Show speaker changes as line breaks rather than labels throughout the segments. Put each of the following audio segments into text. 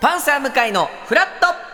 原向井のフラット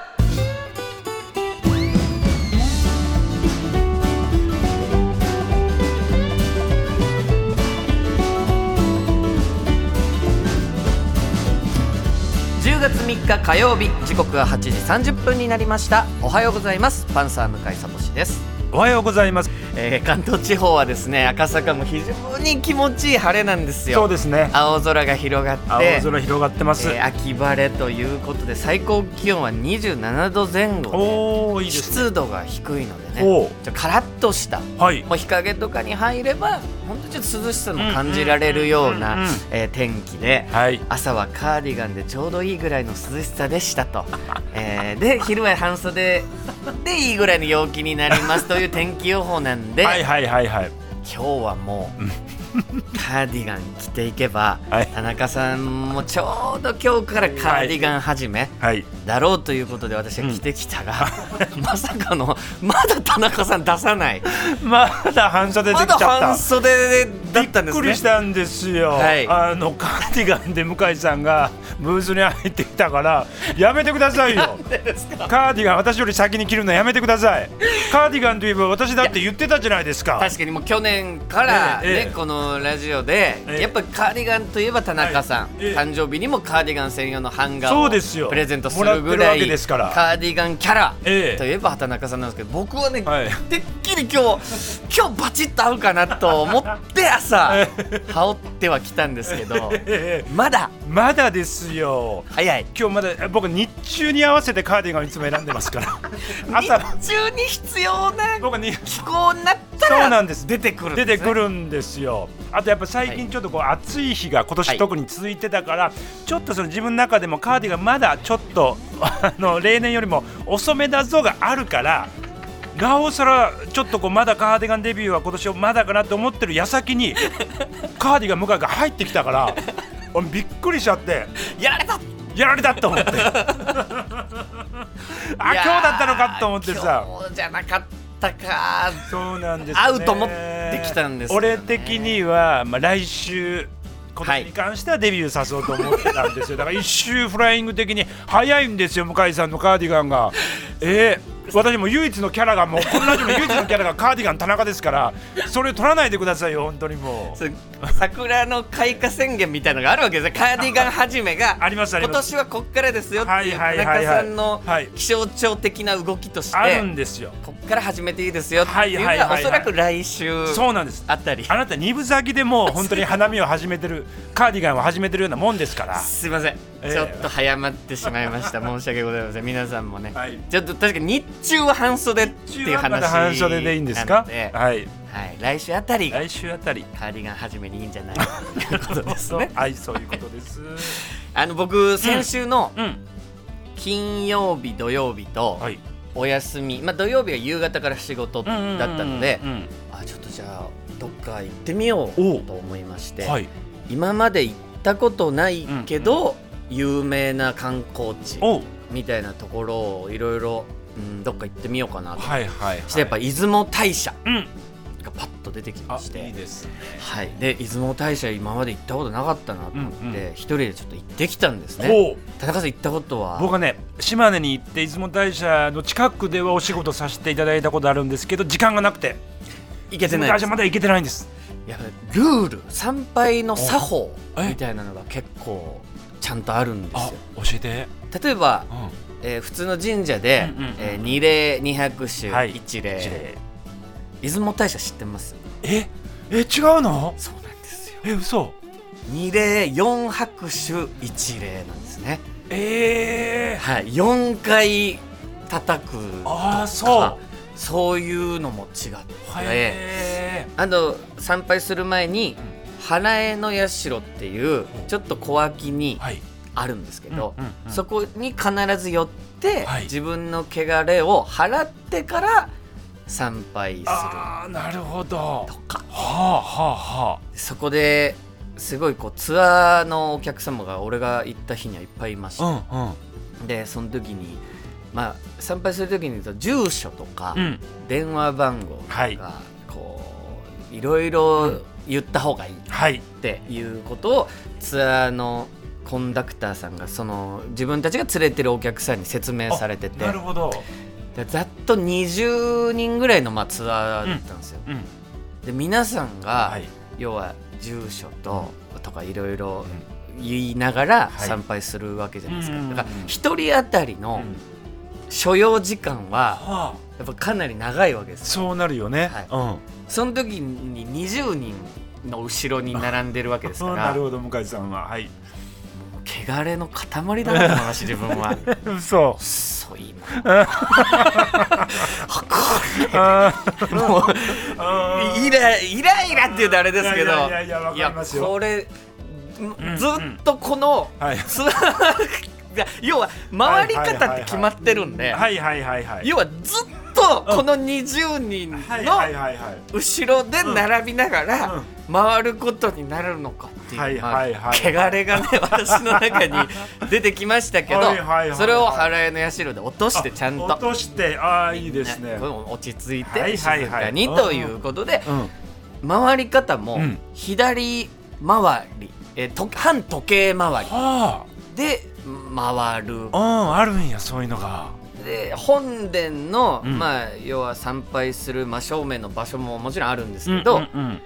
10月3日火曜日時刻は8時30分になりましたおはようございますパンサー向井聡です
おはようございます。
えー関東地方はですね赤坂も非常に気持ちいい晴れなんですよ
そうですね。
青空が広がって
青空広がってます。
えー秋晴れということで最高気温は27度前後
おおい
で
いですね。
湿度が低いのでね
お
ちょカラッとした
おはい。
もう日陰とかに入れば本当にちょっと涼しさも感じられるよう
うん
な
うんうんうん
えー天気で
はい。
朝はカーディガンでちょうどいいぐらいの涼しさでしたと、 えーで昼は半袖でいいぐらいの陽気になりますという天気予報なんで、
はいはいはいはい。
今日はもうカーディガン着ていけば、
はい
田中さんもちょうど今日からカーディガン始め
はい。
だろうということで私は着てきたら、 まさかのまだ田中さん出さない
まだ反 射出て
ま
きち
だ
ゃ
半
った。
袖だったんで
びっ
す
く
ね
りしたんですよ、
はい
あのカーディガンで向井さんが ブースに入ってきたからやめてください よカーディガン私より先に着るのやめてくださいカーディガンといえば私だって言ってたじゃないですか
確かにもう去年から、ね
ええええ
このラジオで、
ええ
やっぱカーディガンといえば田中さん、
はいええ
誕生日にもカーディガン専用のハンガ
そうで
ー
す
を
よ
プレゼントす
もらっ
る
てる
ぐら
わ
い
けですから
カーディガンキャラ、
ええ
といえば田中さんなんですけど僕はね、
はい
てっきり今日今日バチッと合うかなと思って朝羽織ってはきたんですけ ど
ええ
まだ
まだですよ
早い
今日まだ僕日中に合わせてカーディガンいつも選んでますから
日
朝
中に必要な
僕はに
気候になった
そうな
ら
んです
出てくるんです
出
ね
てくるんですよあとやっぱ最近ちょっとこう暑い日が今
はい
年特に続いてたから、ちょっとその自分の中でもカーディガンまだちょっと あの例年よりも遅めだぞがあるからなおさらちょっとこうまだカーディガンデビューは今年まだかなと思ってる矢 先にカーディガン向井が入ってきたから俺びっくりしちゃって
やられた
やられた と思ってあ今
いや
日
ー
だったのかと思ってさ
今日じゃなかったか
そうなんです、ね、
合うと思ってきたんですよね
俺的には、まあ、来週こ
は
れ
い
に関してはデビューさそうと思ってた んですよ、だから一周フライング的に早いんですよ向井さんのカーディガンがえー、私も唯一のキャラがもうこのラジオの唯一のキャラがカーディガン田中ですからそれを取らないでくださいよ本当にもう
そう桜の開花宣言みたいのがあるわけですね カーディガン始めが
ありますあり
今
ます
年はこっからですよっていう
は
田
いはいは
中
いは
さ
い
んの
はい
気象庁的な動きとして、
あるんですよ
こっから始めていいですよっていうの
はいはいはい
は
は
お
い
そらく来週
そうなんです
あたり
あなた二分咲きでもう本当に花見を始めてるカーディガンを始めてるようなもんですから
すいません、
ええ
ちょっと早まってしまいま した申し訳ございません皆さんもね、
はい
ちょっと確かに日中は半袖っていう話な
ま
の
だ
で
半袖でいいんです
は
かはい
い、来週あたりが
来週あたり
カーディガン始めにいいんじゃないかということですね
はい そういうことです
あの僕先週の
うん
金曜日土曜日と
はい
お休み、まあ、土曜日は夕方から仕事だったので、
うんうん
あちょっとじゃあどっか行ってみよう
おう
と思いまし
う
て、
んはい
今まで行ったことないけど、有名な観光地
おう
みたいなところをいろいろどっか行ってみようかなと、
はいはい
そしてやっぱ出雲大社
うん
がパッと出てきま
あ
して
いいですね
はい、で出雲大社今まで行ったことなかったなと思
う
っ
んう
て一、人でちょっと行ってきたんですね
おう
田中さん行ったことは
僕はね島根に行って出雲大社の近くではお仕事させていただいたことあるんですけど時間がなくて
行けて
出雲
ないで
大
す
社まだ行けてないんです
いやルール参拝の作法
おえ
みたいなのが結構ちゃんとあるんですよ
教えて
例えば、
うん
えー普通の神社で、
うんうんうん
えー二礼二百首、
はい
一礼
一礼
出雲大社知ってます
ええ違うの
そうなんですよ
え嘘
二礼四拍手一礼なんですね
ええ
はい四回叩くとか
あーそう
そういうのも違って
え
あと参拝する前に花江の社っていうちょっと小脇に
はい
あるんですけど、
うんうんうん
そこに必ず寄って、
はい
自分の汚れを払ってから参拝する
ああなるほど
とか
はあはあは
そこですごいこうツアーのお客様が俺が行った日にはいっぱいいました、
あ
でその時に、まあ、参拝する時に住所とか、
うんうん
電話番号とか、
はい
こういろいろ言った方がいいっ
はい
ていうことをツアーのコンダクターさんがその自分たちが連れてるお客さんに説明されてて
なるほど、
でざっと20人ぐらいのまあツアーだったんですよ、
うん、
で皆さんが、
はい
要は住所ととかいろいろ言いながら
はい
参拝するわけじゃないですか、
うんうんうん
だから一人当たり
うん
の
は
所要時間は
あ、
やっぱかなり長いわけですよ
そうなるよね、
はい
うん
その時に20人の後ろに並んでるわけです か
うんな
ら
るほど向井さんははい
汚れの塊だなと思いました自分 は
嘘
遅い なこ
あー
れもう
あー
イライライラって言うとあれですけど
いやいやいやわかりますよ
これ
ん
ずっとこの
はい
ツアーが要は回り方って決まってるんで
はいはいはいはい
要はずっとこの20人
はいはい
の
はいはい
後ろで並びなが
うんう
ら
ん
回ることになるのかって
はいいう
まあ
はいはい
汚れ がね私の中に出てきましたけど
はいはいはい
それを払いの社で落としてちゃん
あ落
と。
としてああいいですね
ねこれも落ち着い
は
て
い
静
はいはい
かに
うん
ということで
うん
回り方も
うん
左回り、えーと反時計回り
は
で回る
あうんあるんやそういうのが
で本殿の、
うん
まあ、要は参拝する真正面の場所ももちろんあるんですけど、
うんうんうん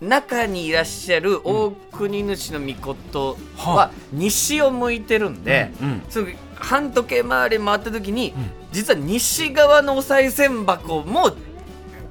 中にいらっしゃる大国主の御事は
は
西を向いてるんで、
うんうん
その反時計回り回った時に、
ん
実は西側のお賽銭箱も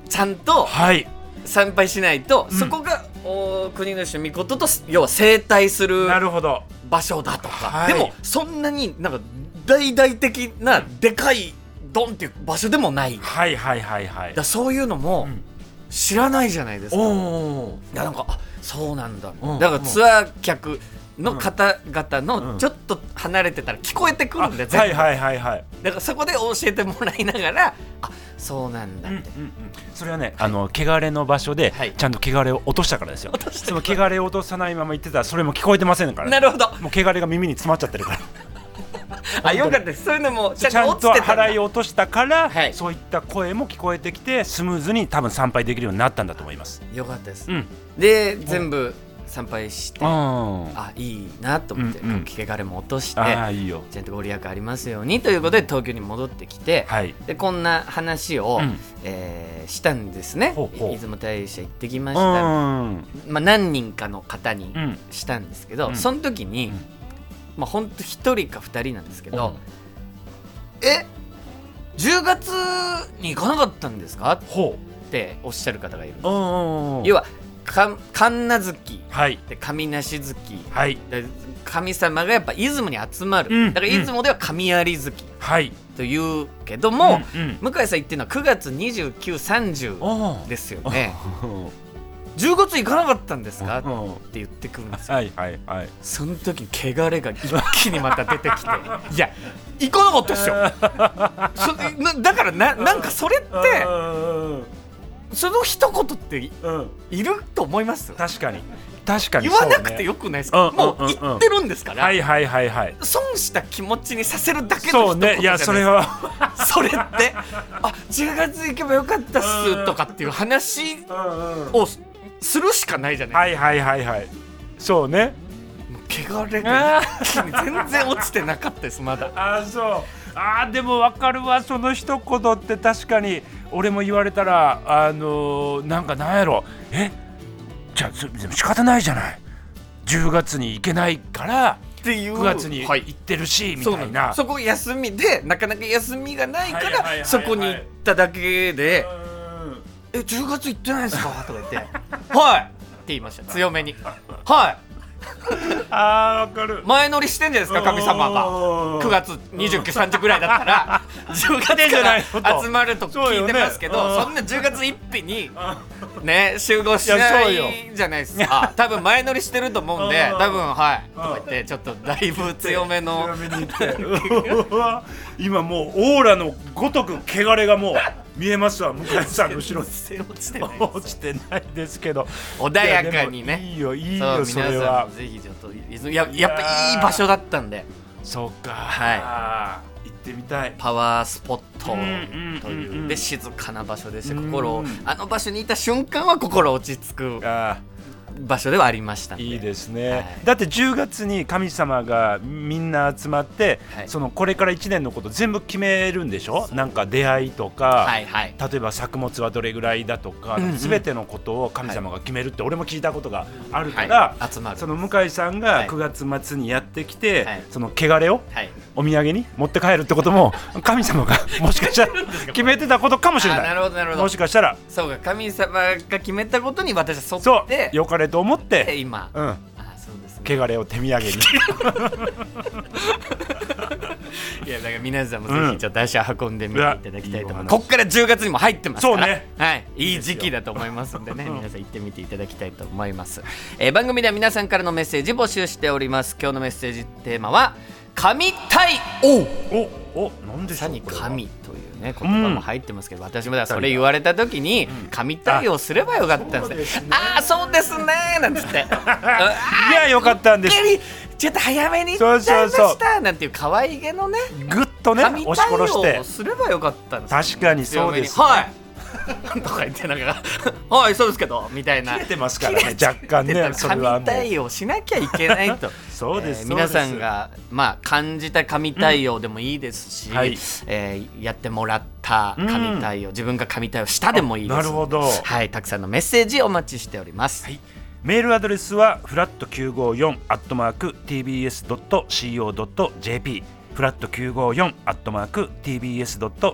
ちゃんと
はい
参拝しないと、
うん
そこが大国主御事と要は整体する
なるほど
場所だとか、
は
で
い
もそんなになんか大々的なでかいドンっていう場所でもないだか
はいはいはいはい
らそういうのも
うん
知らないじゃないですか、
お
い
お
やなんかあそうなんだ、
うん
だからツアー客の
うん
方々
う
の
ん
ちょっと離れてたら聞こえてくるんで、全部
はいはいはいはい
だからそこで教えてもらいながらあそうなんだ
う
っ
ん
て、
うんうんそれはね、あの汚れの場所で
はい
ちゃんと汚れを落としたからですよ。その汚れを落とさないまま言ってたらそれも聞こえてませんから、
なるほど
もう汚れが耳に詰まっちゃってるから。
あよかったですそういうのもち
ち
ゃん
ゃ
と
ん
落
と
ちてたんだ
払いを落としたから、
はい
そういった声も聞こえてきてスムーズに多分参拝できるようになったんだと思います。
よかったです、
うん。
で全部参拝して
あ
あいいなと思って、
うんうん
汚れも落として
あいいよ。
ちゃんとご利益ありますようにということで東京に戻ってきて、
はい。
でこんな話を、
うん
えーしたんですね
ほうほう
出雲大社行ってきま
う
した、
ん。
まあ、何人かの方に
うん。
したんですけど、
うん
その時に、
うん
まあ、ほんと1人か2人なんですけど「え10月に行かなかったんですか?」っ
ほ
ておっしゃる方がいるん
う。
です
うん。
要はか神奈月
はい
で神梨月
はい
で神様がやっぱ出雲に集まる、
うん
だから出雲では神有月
はい。
というけども、
うんうん。
向井さん言ってるのは9月2930
おー
ですよね
うん
10月行かなかったんですかって
うん
言ってくるんですよ
はいはいはい。
その時に汚れが一気にまた出て きていや行かなかったですよ そなだからななんかそれって
うん
その一言って
うんうん。
いると思います
確かに確かに
言わな
そう
く
ね
てよくないです
うん
か、
うん
もう
うんうん
言ってるんですから、
はいはいはいはい
損した気持ちにさせるだけ
そ
の
う
一言
ねい
じゃないで
や
すか
それは
それってあ10月行けばよかったっすとかっていう話をすするしかないじゃない、
はいはいはいはいそうね
もう汚れが一 気に全然落ちてなかったですまだ
ああそうあーでも分かるわその一言って確かに俺も言われたらあのー、なんかなんやろえじゃあそでも仕方ないじゃない10月に行けないから
っていう
9月に
はい
行ってるし、み
そう
た
ないん
な
ですそこ休みでなかなか休みがないか
はいはいはいはい
らそこに行っただけで
うん
「え10月行ってないんですか?」とか言って「はい」って言いました強めに「はい
あー分かる
前乗りしてんじゃないですか神様が」
が
9月2930ぐらいだった ら10月から集まると聞いてますけど
そうよねうん
そんな10月1日にね集合しない
やそうよ
いじゃないですか多分前乗りしてると思うんで
うん
多分はいとか言ってちょっとだいぶ強めの
強めに言って うわ今もうオーラのごとく汚れがもう見えますわ向井さんの後ろに
全然落ちてないです
落ちてないですけど
穏やかに
いや
ね
でもいいよいい
そう
よ
皆
それ
さん
は
もぜひちょっといずややっぱいい場所だったんで
そうかい行ってみたい
パワースポット
うんうん
という,、
うんうん
で静かな場所でして心を
うん
あの場所にいた瞬間は心落ち着く
あー
場所ではありましたんで
いいですね、
はい
だって10月に神様がみんな集まって、
はい
そのこれから1年のこと全部決めるんでしょなんか出会いとか、
はいはい
例えば作物はどれぐらいだとか、
うんうん
全てのことを神様が決めるって俺も聞いたことがあるから、
はい集まる
その向井さん
は
が
い
9月末にやってきて、
はい
その汚れを
はい
お土産に持って帰るってことも神 様がもしかしたら決めてたことかもしれない
あなるほどなるほど
もしかしたら
そうか神様が決めたことに私は沿
そ
って
う良かれと思っ
で
て、
今、
うん、
あそうですね
汚れを手土 産に。
いやだから皆さんもぜひちょっと足を運んでみていただきたいと思います、
うん
こっから10月にも入ってますから
そうね
はい、いい時期だと思いますんでね皆さん行ってみていただきたいと思います、えー番組では皆さんからのメッセージ募集しております今日のメッセージテーマは「神対応」
おおなんで
ま
しょ
さ
う
に
これは
神というね言葉も入ってますけど、私もだからそれ言われた時に神対応すればよかったんですね「ああーそうですね」なんつって「
いやよかったん
い
で
き
す
なりちょっと早めに行っちゃいました」
そうそう
なんていう可愛げのね
ぐっとね
神
押し殺
対
し
応
て
をすればよかったんですよ
確かにそうです、
強めにはいとか言ってなんか「はいそうですけど」みたいな
切れてますからね若干 ねそれ
神
はもう
対応しなきゃいけないと
そうです
えー
そうで
皆
す
さんが、まあ、感じた神対応でもいいですし、
はい
えーやってもらった神対応、自分が神対応したでもいいです
あなるほど
はい、たくさんのメッセージお待ちしております、
はいメールアドレスはフラット954アットマーク tbs.co.jp フラット954アットマーク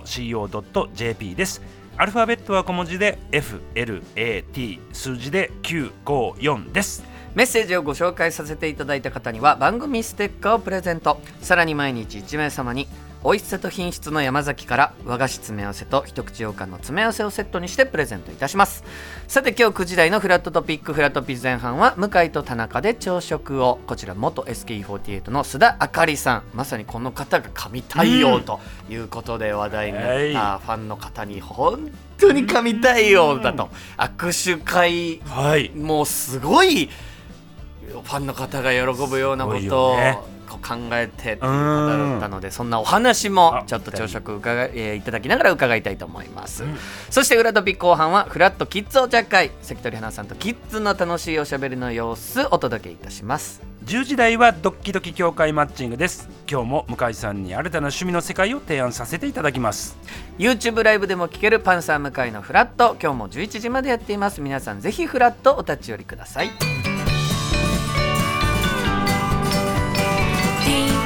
tbs.co.jp ですアルファベットは小文字で FLAT 数字で954です
メッセージをご紹介させていただいた方には番組ステッカーをプレゼントさらに毎日1名様に美味しさと品質の山崎から和菓子詰め合わせと一口羊羹の詰め合わせをセットにしてプレゼントいたしますさて今日9時台のフラットトピックフラットピー前半は向井と田中で朝食をこちら元 SKE48 の須田あかりさんまさにこの方が神対応ということで話題にな
はい
ったファンの方に本当に神対応だと握手会
はい
もうすごいファンの方が喜ぶようなこ
すごい
とを
よね
こう考えてという方だったのでそんなお話も
あ
ちょっと朝食伺い,、えーいただきながら伺いたいと思います、そして裏飛び後半は「フラットキッズお茶会」関取花さんとキッズの楽しいおしゃべりの様子お届けいたします
10時台はドッキドキ協会マッチングです今日も向井さんに新たな趣味の世界を提案させていただきます
YouTube ライブでも聴けるパンサー向井のフラット今日も11時までやっています皆さんぜひフラットお立ち寄りください
TBS